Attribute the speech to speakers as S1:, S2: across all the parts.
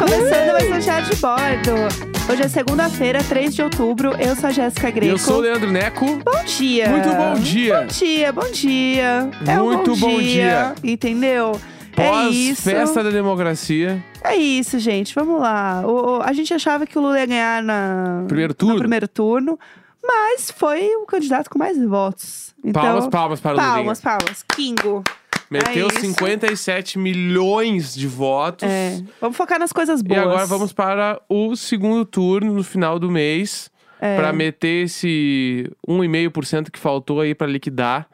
S1: um de bordo. Hoje é segunda-feira, 3 de outubro. Eu sou a Jéssica
S2: E
S1: Greco.
S2: eu sou o Leandro Neco.
S1: Bom dia.
S2: Muito bom dia.
S1: Bom dia, bom dia. É um
S2: Muito bom dia.
S1: Entendeu? é isso.
S2: Pós-festa da democracia.
S1: É isso, gente. Vamos lá. O- o- a gente achava que o Lula ia ganhar na...
S2: Primeiro turno.
S1: no primeiro turno, mas foi o candidato com mais votos. Então,
S2: palmas, palmas para o Lulinha.
S1: palmas, palmas. Kingo.
S2: Meteu
S1: É isso.
S2: 57 milhões de votos.
S1: É. Vamos focar nas coisas
S2: E
S1: boas.
S2: agora vamos para o segundo turno no final do mês.
S1: É.
S2: Pra meter esse 1,5% que faltou aí pra liquidar.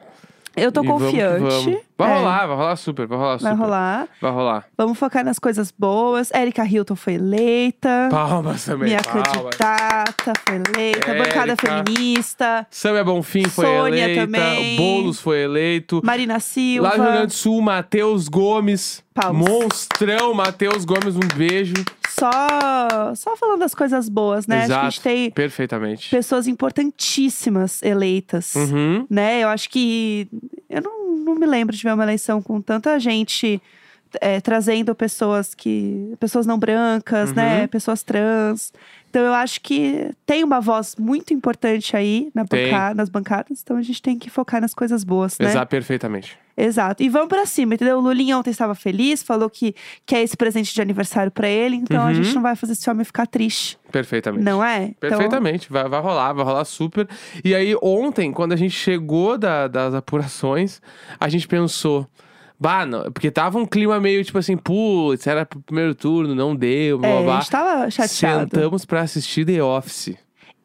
S1: Eu tô
S2: E vamos que
S1: confiante.
S2: vamos. Vai
S1: É,
S2: rolar, vai rolar super, vai rolar super.
S1: Vai rolar.
S2: Vai rolar.
S1: Vamos focar nas coisas boas. Érica Hilton foi eleita.
S2: Palmas também,
S1: Minha
S2: palmas.
S1: candidata foi eleita. Bancada
S2: Érica.
S1: feminista.
S2: Samia Bonfim é foi
S1: Sônia
S2: eleita.
S1: também.
S2: Boulos foi eleito.
S1: Marina Silva.
S2: Lá no Rio Grande do Sul, Matheus Gomes.
S1: Palmas.
S2: Monstrão, Matheus Gomes, um beijo.
S1: Só, só falando das coisas boas, né?
S2: Exato.
S1: Acho que a gente tem
S2: Perfeitamente.
S1: pessoas importantíssimas eleitas.
S2: Uhum.
S1: Né? Eu acho que. Eu não, não me lembro de ver uma eleição com tanta gente. é, trazendo pessoas que. pessoas não brancas,
S2: Uhum.
S1: né? Pessoas trans. Então eu acho que tem uma voz muito importante aí na
S2: Tem.
S1: banca- nas bancadas. Então a gente tem que focar nas coisas boas, né?
S2: Exato, perfeitamente.
S1: Exato. E vamos pra cima, entendeu? O Lulinha ontem estava feliz, falou que quer esse presente de aniversário pra ele, então a
S2: Uhum.
S1: gente não vai fazer esse homem ficar triste,
S2: Perfeitamente.
S1: não é?
S2: Perfeitamente, vai, vai rolar, vai rolar super. E aí, ontem, quando a gente chegou da- das apurações, a gente pensou. Bah, não, porque tava um clima meio tipo assim, putz, era pro primeiro turno, não deu, blá
S1: Então, é,
S2: blá.
S1: a gente tava
S2: blá.
S1: chateado.
S2: Sentamos pra assistir The Office.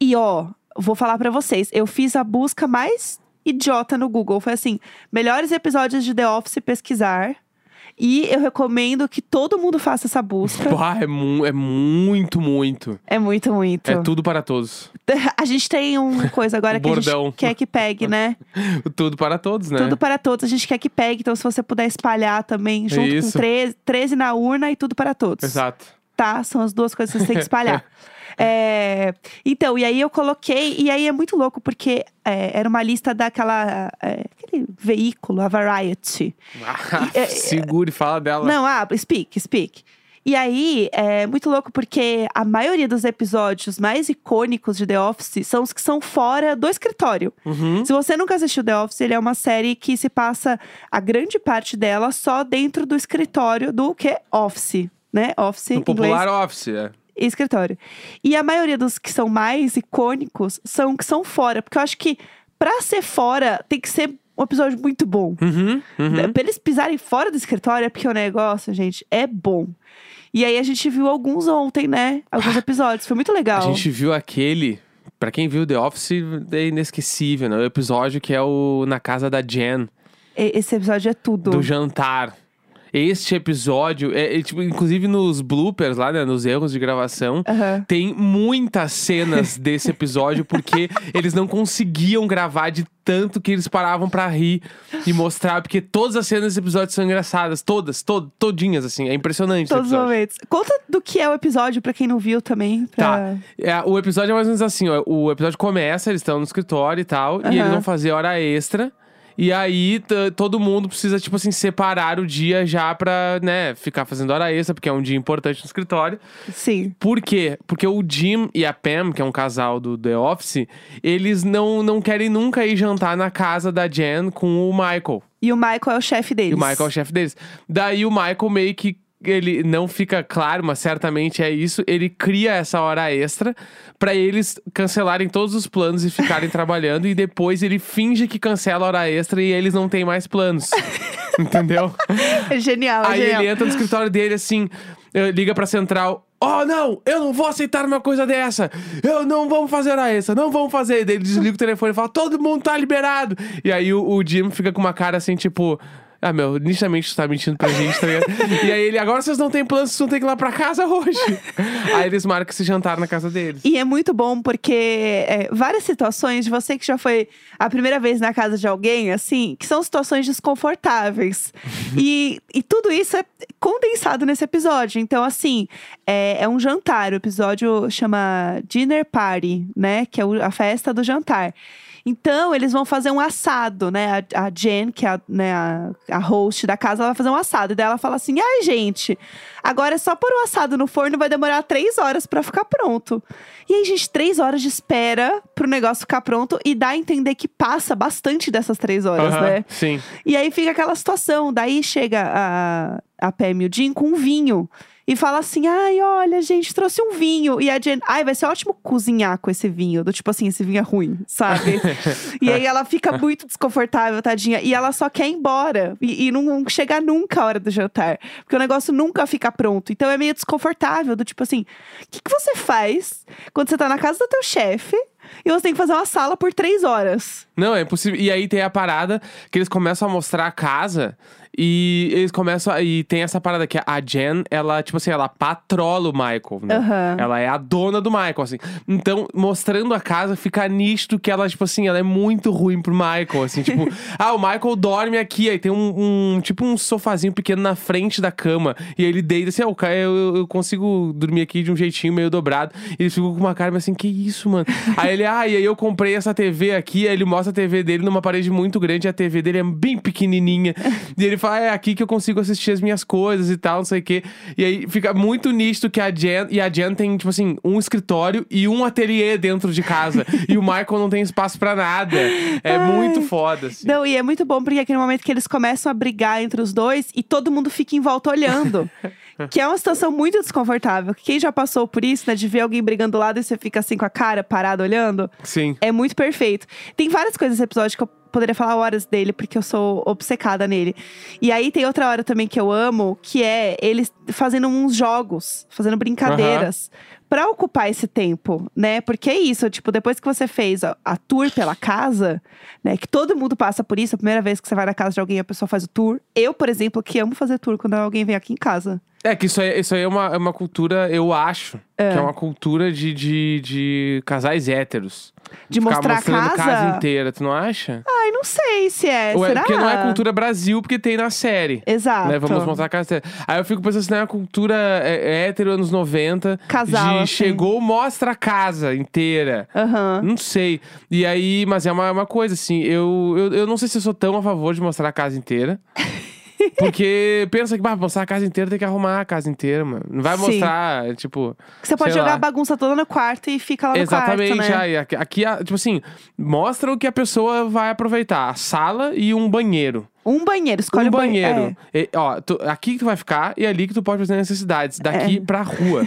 S1: E ó, vou falar pra vocês, eu fiz a busca mais idiota no Google, foi assim, melhores episódios de The Office pesquisar. E eu recomendo que todo mundo faça essa busca.
S2: Bah, é, mu- é muito, muito.
S1: É muito, muito.
S2: É tudo para todos.
S1: A gente tem uma coisa agora
S2: O
S1: que a gente
S2: bordão.
S1: quer que pegue, né?
S2: Tudo para todos, né?
S1: Tudo para todos. A gente quer que pegue, então se você puder espalhar também, junto
S2: isso.
S1: com 13, 13 na urna e tudo para todos.
S2: Exato.
S1: Tá? São as duas coisas que você tem que espalhar. É, Então, e aí eu coloquei, e aí é muito louco, porque é, era uma lista daquela. é, aquele veículo, a Variety.
S2: Ah,
S1: E- é-
S2: segure, fala dela.
S1: Não, ah, speak, speak. E aí, é muito louco porque a maioria dos episódios mais icônicos de The Office são os que são fora do escritório.
S2: Uhum.
S1: Se você nunca assistiu The Office, ele é uma série que se passa a grande parte dela só dentro do escritório do que? Office, né? Office em
S2: No
S1: inglês
S2: Popular Office, é.
S1: e escritório. E a maioria dos que são mais icônicos são que são fora, porque eu acho que pra ser fora tem que ser um episódio muito bom.
S2: Uhum, uhum.
S1: Pra eles pisarem fora do escritório é porque o negócio, gente, é bom. E aí a gente viu alguns ontem, né? Alguns episódios. Foi muito legal.
S2: Ah. A gente viu aquele. Pra quem viu The Office, é inesquecível, né? O episódio que é o Na Casa da Jen,
S1: E- Esse episódio é tudo.
S2: do jantar. Este episódio, é, é, tipo, inclusive nos bloopers lá, né? Nos erros de gravação,
S1: Aham.
S2: tem muitas cenas desse episódio, porque eles não conseguiam gravar de tanto que eles paravam pra rir e mostrar, porque todas as cenas desse episódio são engraçadas, todas, to- todinhas, assim. É impressionante esse
S1: Todos os
S2: episódio.
S1: momentos. Conta do que é o episódio pra quem não viu também. pra-
S2: Tá. É, o episódio é mais ou menos assim, ó. O episódio começa, eles estão no escritório e tal,
S1: Aham.
S2: e eles vão fazer hora extra. E aí t- todo mundo precisa, tipo assim, separar o dia já pra, né, ficar fazendo hora extra, porque é um dia importante no escritório.
S1: Sim.
S2: Por quê? Porque o Jim e a Pam, que é um casal do The Office, eles não, não querem nunca ir jantar na casa da Jen com o Michael.
S1: E o Michael é o chefe deles.
S2: E o Michael é o chefe deles. Daí o Michael meio que. Ele não fica claro, mas certamente é isso. Ele cria essa hora extra pra eles cancelarem todos os planos e ficarem trabalhando. E depois ele finge que cancela a hora extra e eles não têm mais planos. Entendeu?
S1: É genial, é
S2: Aí
S1: genial.
S2: ele entra no escritório dele assim, eh, liga pra central. Oh, não, eu não vou aceitar uma coisa dessa. Eu não vamos fazer hora extra, não vamos fazer. Daí ele desliga o telefone e fala: todo mundo tá liberado. E aí o, o Jim fica com uma cara assim, tipo. Ah, meu, nitidamente tu tá mentindo pra gente, tá ligado? e aí ele, agora vocês não têm plano, vocês não têm que ir lá pra casa hoje. aí eles marcam esse jantar na casa deles.
S1: E é muito bom porque é, várias situações de você que já foi a primeira vez na casa de alguém, assim, que são situações desconfortáveis. e, e tudo isso é condensado nesse episódio. Então, assim, é, é um jantar. O episódio chama Dinner Party, né? Que é o- a festa do jantar. Então, eles vão fazer um assado, né? A, a Jen, que é a, né, a, a host da casa, ela vai fazer um assado. E daí ela fala assim: ai, gente, agora é só pôr o assado no forno, vai demorar três horas pra ficar pronto. E aí, gente, três horas de espera pro negócio ficar pronto e dá a entender que passa bastante dessas três horas,
S2: Aham,
S1: né?
S2: Sim.
S1: E aí fica aquela situação. Daí chega a, a Pam e o Jim com um vinho. E fala assim, ai, olha, gente, trouxe um vinho. E a Jen, ai, vai ser ótimo cozinhar com esse vinho. Do tipo assim, esse vinho é ruim, sabe? e aí ela fica muito desconfortável, tadinha. E ela só quer ir embora. E, e não chega nunca a hora do jantar. Porque o negócio nunca fica pronto. Então é meio desconfortável. Do tipo assim, o que, que você faz quando você tá na casa do teu chefe e você tem que fazer uma sala por três horas?
S2: Não, é impossível. E aí tem a parada que eles começam a mostrar a casa e eles começam. A, e tem essa parada que a Jen, ela, tipo assim, ela patrola o Michael, né?
S1: Aham.
S2: Ela é a dona do Michael, assim. Então, mostrando a casa, fica nisto que ela, tipo assim, ela é muito ruim pro Michael, assim. Tipo, ah, o Michael dorme aqui, aí tem um, um- tipo um sofazinho pequeno na frente da cama. E aí ele deita assim, ah, o cara, eu, eu consigo dormir aqui de um jeitinho meio dobrado. E ele ficou com uma cara mas assim, que isso, mano? aí ele, ah, e aí eu comprei essa TV aqui, aí ele mostra a TV dele numa parede muito grande, e a TV dele é bem pequenininha. e ele fala, é aqui que eu consigo assistir as minhas coisas e tal, não sei o quê. E aí fica muito nisto que a Jen, e a Jen tem, tipo assim, um escritório e um ateliê dentro de casa. e o Michael não tem espaço pra nada. É muito foda, assim.
S1: Não, e é muito bom porque é aquele momento que eles começam a brigar entre os dois e todo mundo fica em volta olhando. que é uma situação muito desconfortável. Quem já passou por isso, né? De ver alguém brigando do lado e você fica assim com a cara parada olhando.
S2: Sim.
S1: É muito perfeito. Tem várias coisas nesse episódio que eu poderia falar horas dele, porque eu sou obcecada nele. E aí tem outra hora também que eu amo, que é eles fazendo uns jogos, fazendo brincadeiras. Pra ocupar esse tempo, né? Porque é isso, tipo, depois que você fez a, a tour pela casa, né? Que todo mundo passa por isso, a primeira vez que você vai na casa de alguém, a pessoa faz o tour. Eu, por exemplo, que amo fazer tour quando alguém vem aqui em casa.
S2: É que isso aí, isso aí é, uma, é uma cultura, eu acho,
S1: Ah.
S2: que é uma cultura de, de, de casais héteros.
S1: De
S2: Ficar
S1: mostrar a
S2: mostrando
S1: casa.
S2: inteira, tu não acha?
S1: Ai, não sei se é.
S2: Ou é-
S1: Será?
S2: porque não é cultura Brasil, porque tem na série.
S1: Exato.
S2: Né? Vamos mostrar a casa inteira. Aí eu fico pensando assim, na cultura é, é hétero anos 90.
S1: Casal,
S2: De
S1: assim.
S2: chegou, mostra a casa inteira.
S1: Aham.
S2: Não sei. E aí, mas é uma, uma coisa, assim, eu, eu, eu não sei se eu sou tão a favor de mostrar a casa inteira. Porque pensa que, bah, mostrar a casa inteira tem que arrumar a casa inteira, mano. Não vai
S1: Sim.
S2: mostrar, tipo.
S1: Que você pode
S2: sei
S1: jogar
S2: lá.
S1: a bagunça toda no quarto e fica lá no
S2: Exatamente.
S1: quarto, né?
S2: aí, aqui, aqui, ah, tipo assim, mostra o que a pessoa vai aproveitar: a sala e um banheiro.
S1: Um banheiro, escolhe
S2: um
S1: o
S2: banheiro.
S1: É.
S2: E, ó, tu- aqui que tu vai ficar e ali que tu pode fazer necessidades.
S1: É.
S2: Daqui pra rua.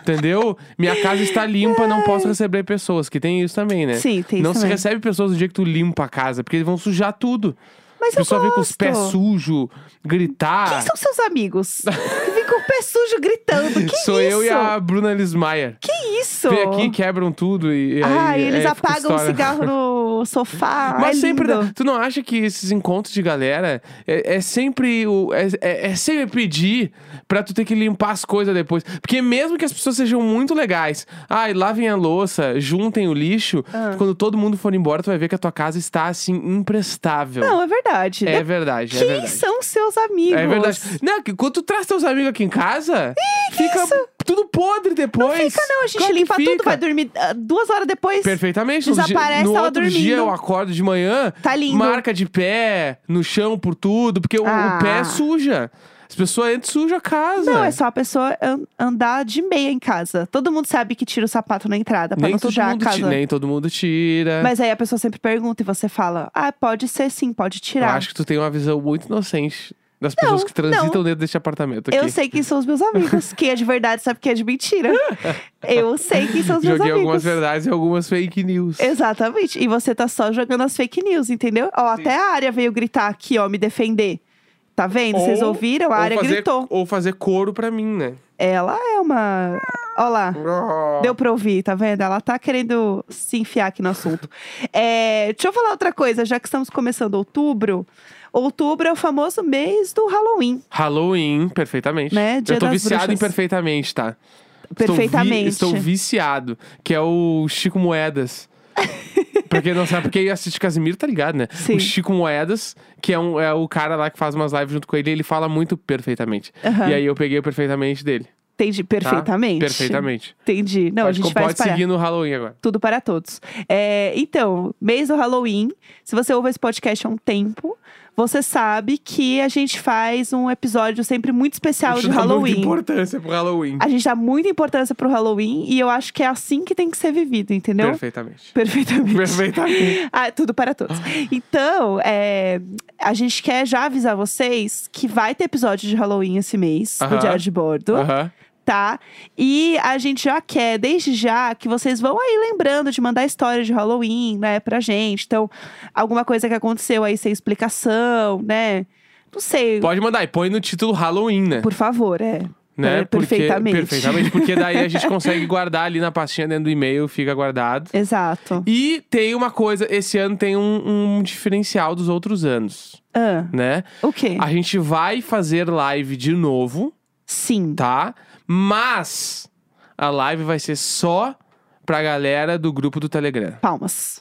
S2: Entendeu? Minha casa está limpa, não posso receber pessoas, que tem isso também, né?
S1: É. Sim, tem
S2: não
S1: isso
S2: se
S1: também.
S2: recebe pessoas no dia que tu limpa a casa, porque eles vão sujar tudo.
S1: Mas
S2: a pessoa
S1: eu
S2: vem
S1: gosto.
S2: com os pés sujos, gritar.
S1: Quem são seus amigos? que vem com o pé sujo gritando. Que
S2: Sou
S1: isso?
S2: eu e a Bruna Lismayer.
S1: Que isso?
S2: Vem aqui, quebram tudo e. e aí- é
S1: Ai, eles
S2: aí fica
S1: apagam o
S2: história.
S1: cigarro no sofá.
S2: Mas
S1: é
S2: sempre.
S1: lindo.
S2: dá- Tu não acha que esses encontros de galera é, é sempre o. É, é- é sempre pedir pra tu ter que limpar as coisas depois. Porque mesmo que as pessoas sejam muito legais, ai, lavem a louça, juntem o lixo,
S1: Ah.
S2: quando todo mundo for embora, tu vai ver que a tua casa está assim, imprestável.
S1: Não, é verdade.
S2: é
S1: De-
S2: verdade, é
S1: Quem
S2: verdade.
S1: são seus amigos?
S2: É verdade. Não, que quando tu traz teus amigos aqui em casa, fica tudo podre depois.
S1: Fica não, a gente
S2: Claro que
S1: limpa tudo,
S2: fica.
S1: vai dormir ah, duas horas depois.
S2: Perfeitamente. No dia-
S1: Desaparece,
S2: no
S1: tava
S2: outro dia
S1: dormindo.
S2: eu acordo de manhã,
S1: Tá lindo.
S2: marca de pé, no chão, por tudo, porque o- o,
S1: Ah.
S2: pé suja. As pessoas entram suja a casa.
S1: Não, é só a pessoa an- andar de meia em casa. Todo mundo sabe que tira o sapato na entrada pra
S2: nem
S1: não
S2: todo,
S1: sujar a
S2: mundo ti-
S1: casa.
S2: nem todo mundo tira.
S1: Mas aí a pessoa sempre pergunta e você fala: Ah, pode ser sim, pode
S2: eu
S1: tirar.
S2: acho que tu tem uma visão muito inocente das
S1: Não,
S2: pessoas que transitam
S1: não.
S2: dentro deste apartamento aqui.
S1: Eu sei quem são os meus amigos. quem é de verdade sabe quem é de mentira. Eu sei quem são os meus
S2: Joguei
S1: amigos.
S2: algumas verdades e algumas fake news.
S1: Exatamente. E você tá só jogando as fake news, entendeu? Ó, até a área veio gritar aqui, ó, me defender. Tá vendo? Vocês
S2: Ou-
S1: ouviram? A
S2: ou
S1: área
S2: fazer-
S1: gritou.
S2: Ou fazer coro pra mim, né?
S1: Ela é uma. Ó lá. Deu pra ouvir, tá vendo? Ela tá querendo se enfiar aqui no assunto. É, deixa eu falar outra coisa, já que estamos começando outubro. Outubro é o famoso mês do Halloween,
S2: Halloween, perfeitamente.
S1: Né? Dia
S2: eu tô
S1: das
S2: viciado em
S1: Bruxas.
S2: perfeitamente, tá? Estou vi-
S1: perfeitamente.
S2: Estou, viciado, que é o Chico Moedas. pra quem não sabe, porque assiste Casimiro, tá ligado, né?
S1: Sim.
S2: O Chico Moedas, que é, um, é o cara lá que faz umas lives junto com ele, ele fala muito perfeitamente.
S1: Aham.
S2: E aí eu peguei o perfeitamente dele.
S1: Entendi,
S2: tá?
S1: perfeitamente.
S2: Perfeitamente.
S1: Entendi. Não, a
S2: pode
S1: gente
S2: pode
S1: vai espalhar.
S2: seguir no Halloween agora.
S1: Tudo para todos. É, então, mês do Halloween. Se você ouve esse podcast há um tempo, você sabe que a gente faz um episódio sempre muito especial
S2: Isso
S1: de
S2: dá muita
S1: Halloween.
S2: importância pro Halloween.
S1: A gente dá muita importância pro Halloween e eu acho que é assim que tem que ser vivido, entendeu?
S2: Perfeitamente.
S1: Perfeitamente.
S2: Perfeitamente.
S1: Ah, tudo para todos. Então, é, a gente quer já avisar vocês que vai ter episódio de Halloween esse mês, do
S2: Aham.
S1: Diário de Bordo,
S2: Aham.
S1: tá? E a gente já quer, desde já, que vocês vão aí lembrando de mandar história de Halloween, né, pra gente. Então, alguma coisa que aconteceu aí sem explicação, né? Não sei.
S2: Pode mandar e põe no título Halloween, né?
S1: Por favor, é.
S2: né?
S1: per- perfeitamente.
S2: Porque, perfeitamente, porque daí a gente consegue guardar ali na pastinha dentro do e-mail, fica guardado.
S1: Exato.
S2: E tem uma coisa, esse ano tem um, um diferencial dos outros anos,
S1: Ah,
S2: né?
S1: o quê?
S2: A gente vai fazer live de novo,
S1: Sim.
S2: tá? Mas a live vai ser só pra galera do grupo do Telegram.
S1: Palmas.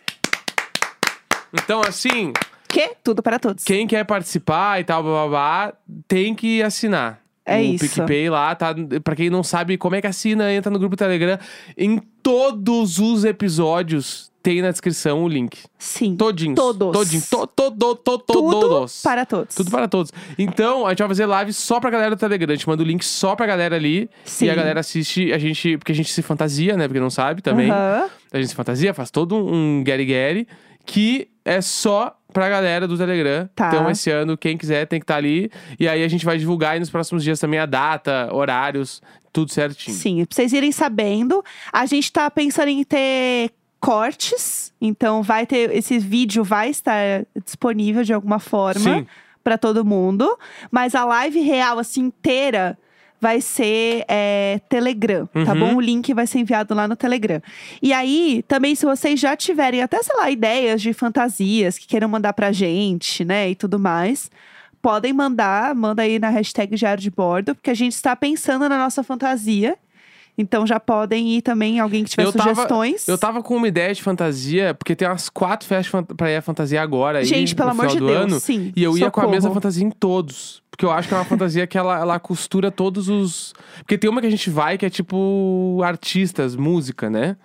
S2: Então, assim,
S1: Que? Tudo para todos.
S2: quem quer participar e tal, blá, blá, blá, tem que assinar.
S1: É
S2: o
S1: isso.
S2: PicPay lá, tá? Pra quem não sabe como é que assina, entra no grupo do Telegram. Em todos os episódios tem na descrição o link.
S1: Sim.
S2: Todinhos.
S1: Todos.
S2: Todinho. To, to, to, to,
S1: Tudo
S2: todos.
S1: para todos.
S2: Tudo para todos. Então, a gente vai fazer live só pra galera do Telegram. A gente manda o link só pra galera ali.
S1: Sim.
S2: E a galera assiste, a gente, porque a gente se fantasia, né? Porque não sabe também.
S1: Aham.
S2: A gente se fantasia, faz todo um gueri-gueri, que é só pra galera do Telegram.
S1: Tá.
S2: Então, esse ano, quem quiser tem que estar ali. E aí a gente vai divulgar aí nos próximos dias também a data, horários, tudo certinho.
S1: Sim, pra vocês irem sabendo. A gente tá pensando em ter cortes, então vai ter esse vídeo vai estar disponível de alguma forma
S2: Sim.
S1: pra todo mundo, mas a live real assim inteira vai ser é, Telegram, tá
S2: Uhum.
S1: bom? O link vai ser enviado lá no Telegram. E aí, também se vocês já tiverem até sei lá ideias de fantasias que queiram mandar pra gente, né, e tudo mais, podem mandar, manda aí na hashtag Diário de Bordo, porque a gente está pensando na nossa fantasia. Então já podem ir também, alguém que tiver
S2: Eu tava-
S1: sugestões.
S2: Eu tava com uma ideia de fantasia, porque tem umas quatro festas fan- pra ir a fantasia agora. aí,
S1: gente, pelo
S2: no
S1: amor
S2: final
S1: de
S2: do
S1: Deus,
S2: ano.
S1: sim.
S2: E eu ia com a mesma
S1: socorro.
S2: fantasia em todos. Porque eu acho que é uma fantasia que ela, ela costura todos os. Porque tem uma que a gente vai que é tipo artistas, música, né?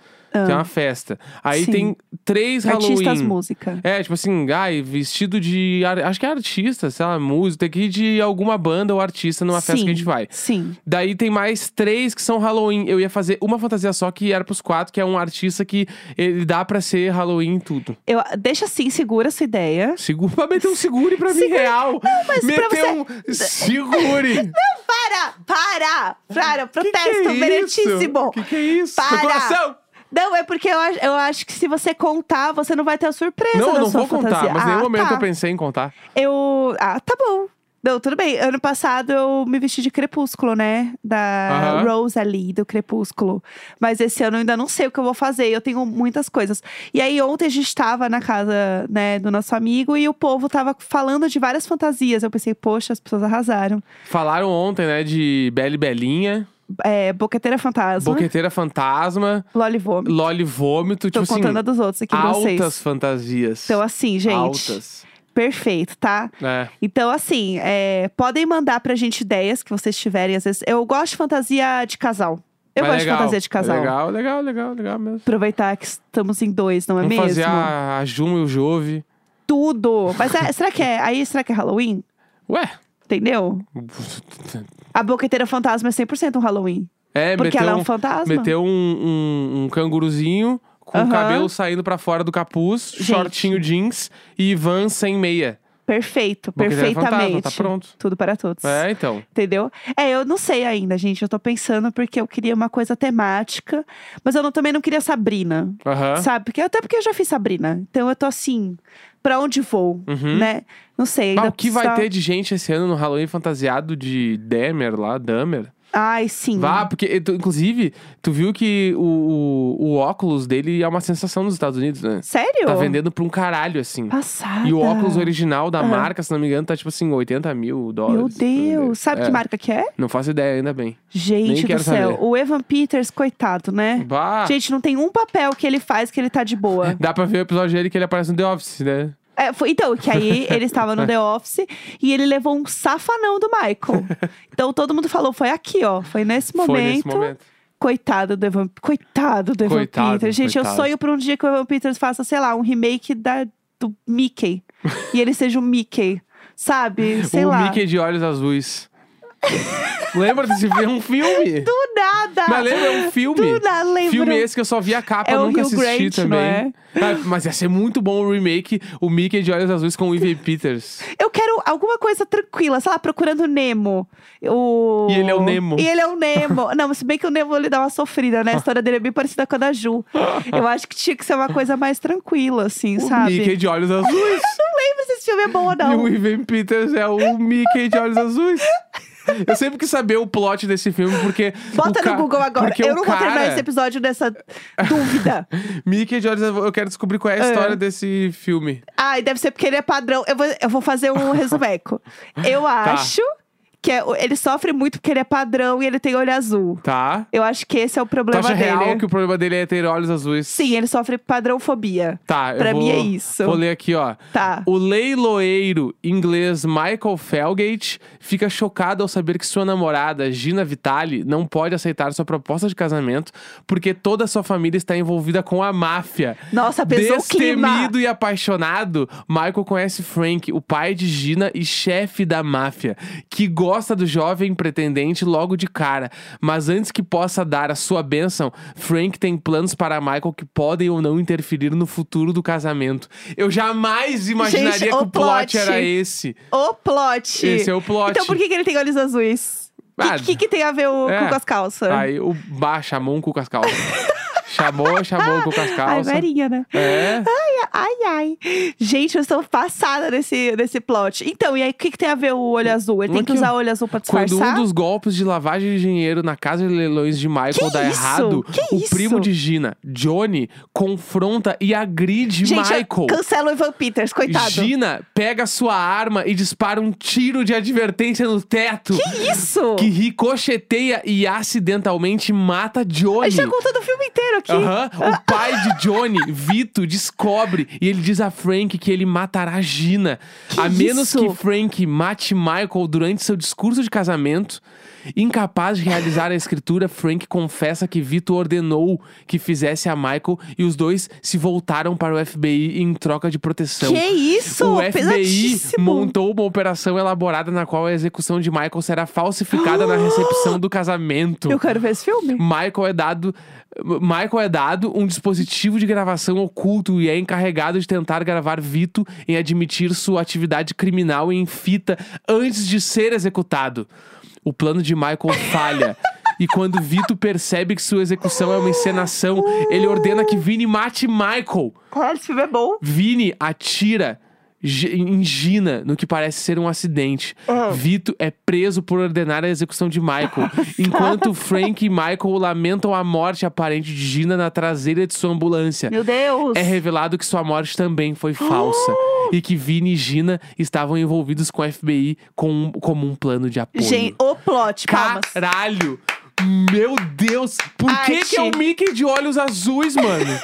S2: Tem uma festa. Aí
S1: Ah. Sim.
S2: tem três
S1: Artistas,
S2: Halloween.
S1: música.
S2: É, tipo assim, ai, vestido de. ar- Acho que é artista, sei lá, música, tem que ir de alguma banda ou artista numa festa
S1: Sim,
S2: que a gente vai.
S1: Sim.
S2: Daí tem mais três que são Halloween. Eu ia fazer uma fantasia só que era pros quatro, que é um artista que ele dá pra ser Halloween em tudo.
S1: Eu, deixa assim, segura essa ideia.
S2: Segura, pra meter um segure pra mim
S1: Segure.
S2: real. Não,
S1: mas pra
S2: meter
S1: você-
S2: um segure.
S1: Para! Para! Para!
S2: Que que é
S1: Protesto,
S2: isso?
S1: meritíssimo!
S2: Que que é isso?
S1: Para!
S2: Meu coração!
S1: Não, é porque eu, ach- eu acho que se você contar, você não vai ter a surpresa
S2: Não,
S1: da
S2: eu não
S1: sua
S2: vou contar,
S1: fantasia.
S2: mas em nenhum
S1: Ah,
S2: momento
S1: tá.
S2: eu pensei em contar.
S1: Eu. Ah, tá bom. Não, tudo bem. Ano passado eu me vesti de crepúsculo, né? Da
S2: Aham.
S1: Rose ali, do crepúsculo. Mas esse ano eu ainda não sei o que eu vou fazer. Eu tenho muitas coisas. E aí, ontem a gente tava na casa, né, do nosso amigo e o povo tava falando de várias fantasias. Eu pensei, poxa, as pessoas arrasaram.
S2: Falaram ontem, né, de Belle Belinha,
S1: É, Boqueteira Fantasma,
S2: Boqueteira Fantasma,
S1: Lolly Vômito.
S2: Loli Vômito,
S1: Tô
S2: tipo assim,
S1: contando a dos outros aqui pra
S2: altas
S1: vocês.
S2: fantasias.
S1: Então, assim, gente.
S2: Altas.
S1: Perfeito, tá?
S2: É.
S1: Então, assim, é, podem mandar pra gente ideias que vocês tiverem. Às vezes, eu gosto de fantasia de casal. Eu
S2: Mas
S1: gosto
S2: legal. é
S1: de fantasia de casal.
S2: Legal, legal, legal, legal mesmo.
S1: Aproveitar que estamos em dois, não é
S2: Vamos
S1: mesmo?
S2: fazer a, a Juma e o Jove.
S1: Tudo. Mas é- será que é? Aí será que é Halloween?
S2: Ué.
S1: Entendeu? A boqueteira fantasma é 100% um Halloween.
S2: É,
S1: porque
S2: meteu,
S1: ela é
S2: um-
S1: um fantasma.
S2: meteu um, um, um canguruzinho com o
S1: Aham.
S2: cabelo saindo pra fora do capuz,
S1: Gente.
S2: shortinho jeans e van sem meia.
S1: Perfeito,
S2: Boqueteira
S1: perfeitamente.
S2: fantasma, tá pronto.
S1: Tudo para todos.
S2: É, então.
S1: Entendeu? É, eu não sei ainda, gente. Eu tô pensando porque eu queria uma coisa temática, mas eu não- também não queria Sabrina.
S2: Aham.
S1: Sabe? Porque, até porque eu já fiz Sabrina. Então eu tô assim, pra onde vou,
S2: Uhum.
S1: né? Não sei.
S2: Ah,
S1: ainda
S2: o que vai
S1: precisa-
S2: ter de gente esse ano no Halloween fantasiado de Demer lá, Dahmer?
S1: Ai, sim.
S2: Vá, porque, tu- inclusive, tu viu que o, o, o óculos dele é uma sensação nos Estados Unidos, né?
S1: Sério? Ah, tá.
S2: Tá vendendo pra um caralho, assim.
S1: Passada.
S2: E o óculos original da
S1: Aham.
S2: marca, se não me engano, tá tipo assim, 80 mil dólares.
S1: Meu Deus. Sabe
S2: É.
S1: que marca que é?
S2: Não faço ideia, ainda bem. Nem
S1: Gente do
S2: quero
S1: céu.
S2: saber. Ah.
S1: O Evan Peters, coitado, né?
S2: Bah!
S1: Gente, não tem um papel que ele faz que ele tá de boa.
S2: Dá pra ver o episódio dele que ele aparece no The Office, né?
S1: É, foi- então, que aí ele estava no The Office e ele levou um safanão do Michael. Então todo mundo falou, foi aqui, ó. Foi nesse momento.
S2: Foi nesse momento.
S1: Coitado do Evan, coitado do Evan
S2: Coitado,
S1: Peters. Gente,
S2: coitado.
S1: eu sonho por um dia que o Evan Peters faça, sei lá, um remake da, do Mickey. e ele seja o Mickey, sabe? Sei
S2: o
S1: lá.
S2: Mickey de olhos azuis. lembra desse filme? É um filme.
S1: Do nada!
S2: Mas lembra? É um filme.
S1: Do nada, lembro.
S2: Filme esse que eu só vi a capa,
S1: É o
S2: nunca
S1: Hugh
S2: assisti
S1: Grant,
S2: também.
S1: não é?
S2: Ah, mas ia ser muito bom o remake, o Mickey de Olhos Azuis com o Ivy Peters.
S1: Eu quero alguma coisa tranquila, sei lá, procurando Nemo. O...
S2: E ele é o Nemo.
S1: E ele é o Nemo. Não, mas se bem que o Nemo ele dá uma sofrida, né? A história dele é bem parecida com a da Ju. Eu acho que tinha que ser uma coisa mais tranquila, assim,
S2: O
S1: sabe?
S2: Mickey de Olhos Azuis.
S1: Não lembro se esse filme é bom ou
S2: e o
S1: não.
S2: Ivy Peters é o Mickey de Olhos Azuis. Eu sempre quis saber o plot desse filme, porque. o
S1: Bota
S2: ca-
S1: no Google agora.
S2: porque
S1: eu
S2: o
S1: não vou
S2: cara...
S1: terminar esse episódio nessa dúvida.
S2: Mickey de Olhos Azuis, eu quero descobrir qual é a
S1: É.
S2: história desse filme.
S1: Ai, deve ser porque ele é padrão. Eu vou, eu vou fazer um resumeco. Eu
S2: Tá.
S1: acho que é- ele sofre muito porque ele é padrão e ele tem olho azul.
S2: Tá?
S1: Eu acho que esse é o
S2: Tu
S1: problema
S2: acha
S1: dele.
S2: real que o problema dele é ter olhos azuis?
S1: Sim, ele sofre padrãofobia.
S2: Tá, eu
S1: Pra
S2: vou,
S1: mim é isso.
S2: Vou ler aqui, ó.
S1: Tá.
S2: O leiloeiro inglês Michael Felgate fica chocado ao saber que sua namorada, Gina Vitale, não pode aceitar sua proposta de casamento porque toda a sua família está envolvida com a máfia.
S1: Nossa, pesou Tá o clima.
S2: Destemido e apaixonado, Michael conhece Frank, o pai de Gina e chefe da máfia, que gosta do jovem pretendente logo de cara. Mas antes que possa dar a sua bênção, Frank tem planos para Michael que podem ou não interferir no futuro do casamento. Eu jamais imaginaria
S1: Gente,
S2: que
S1: o
S2: o plot,
S1: plot.
S2: era esse.
S1: O plot.
S2: Esse é o plot.
S1: Então por que, que ele tem olhos azuis? O
S2: Ah,
S1: que, que, que tem a ver o,
S2: é.
S1: com as calças?
S2: Aí o bah, chamou um cu cascal. chamou, chamou um cu
S1: Ai,
S2: cascal.
S1: verinha, né?
S2: É.
S1: Ai, ai. Gente, eu estou passada nesse, nesse plot. Então, e aí, o que, que tem a ver o olho azul? Ele tem
S2: Aqui,
S1: que usar o olho azul pra
S2: Quando um
S1: disfarçar?
S2: dos golpes de lavagem de dinheiro na casa de leilões de Michael
S1: Que
S2: dá
S1: isso?
S2: errado,
S1: Que
S2: o
S1: isso?
S2: primo de Gina, Johnny, confronta e agride
S1: Gente, eu-
S2: Michael.
S1: cancela o Ivan Peters, coitado.
S2: Gina pega sua arma e dispara um tiro de advertência no teto
S1: Que isso?
S2: que ricocheteia e acidentalmente mata
S1: A
S2: Johnny.
S1: gente tá contando o filme inteiro aqui.
S2: Aham. O pai de Johnny, Vito, descobre e ele diz a Frank que ele matará a Gina.
S1: Que
S2: a menos
S1: isso?
S2: que Frank mate Michael durante seu discurso de casamento. Incapaz de realizar a escritura, Frank confessa que Vito ordenou que fizesse a Michael e os dois se voltaram para o FBI em troca de proteção.
S1: Que isso?
S2: Então, O FBI
S1: Pesadíssimo.
S2: montou uma operação elaborada na qual a execução de Michael será falsificada na recepção do casamento.
S1: Eu quero ver esse filme.
S2: Michael é dado Michael é dado um dispositivo de gravação oculto e é encarregado de tentar gravar Vito em admitir sua atividade criminal em fita antes de ser executado. O plano de Michael falha. E quando Vito percebe que sua execução é uma encenação, ele ordena que Vini mate Michael.
S1: Claro, esse filme é bom.
S2: Vini atira Gi- em Gina no que parece ser um acidente.
S1: Ah.
S2: Vito é preso por ordenar a execução de Michael, enquanto Frank e Michael lamentam a morte aparente de Gina na traseira de sua ambulância.
S1: Meu Deus.
S2: É revelado que sua morte também foi falsa e que Vini e Gina estavam envolvidos com a FBI com, como um plano de apoio.
S1: Gente, o plot, palmas.
S2: Caralho! Meu Deus! Por que, que é o
S1: Arte.
S2: Mickey de olhos azuis, mano?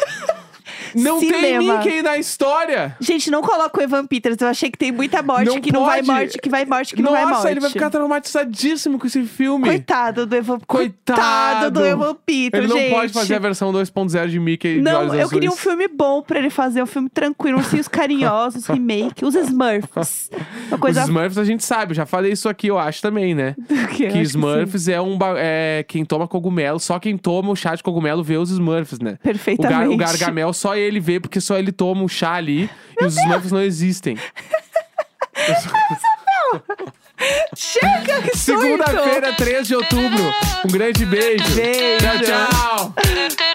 S2: Não
S1: Cinema.
S2: tem Mickey na história!
S1: Gente, não coloca o Evan Peters. Eu achei que tem muita morte,
S2: Não
S1: que não vai
S2: pode.
S1: morte, que vai morte, que não vai
S2: Nossa,
S1: morte.
S2: ele vai ficar traumatizadíssimo com esse filme.
S1: Coitado do Evan
S2: Coitado.
S1: do Evan Peters,
S2: ele não
S1: gente.
S2: pode fazer a versão 2.0 de Mickey de
S1: Não,
S2: olhos
S1: eu
S2: azuis.
S1: queria um filme bom pra ele fazer, um filme tranquilo, ursinhos carinhosos, remake, os Smurfs. Uma coisa
S2: Os Smurfs a gente sabe, eu já falei isso aqui, eu acho também, né?
S1: que, eu acho
S2: que
S1: que sim.
S2: Smurfs é um ba- é quem toma cogumelo, só quem toma o chá de cogumelo vê os Smurfs, né? O, gar,
S1: Perfeitamente.
S2: o Gargamel só ele vê, porque só ele toma o chá ali e os Smurfs não existem.
S1: Chega, que surto!
S2: Segunda-feira, 3 de outubro. Um grande beijo.
S1: Beijo.
S2: Tchau, tchau.
S3: Thank you.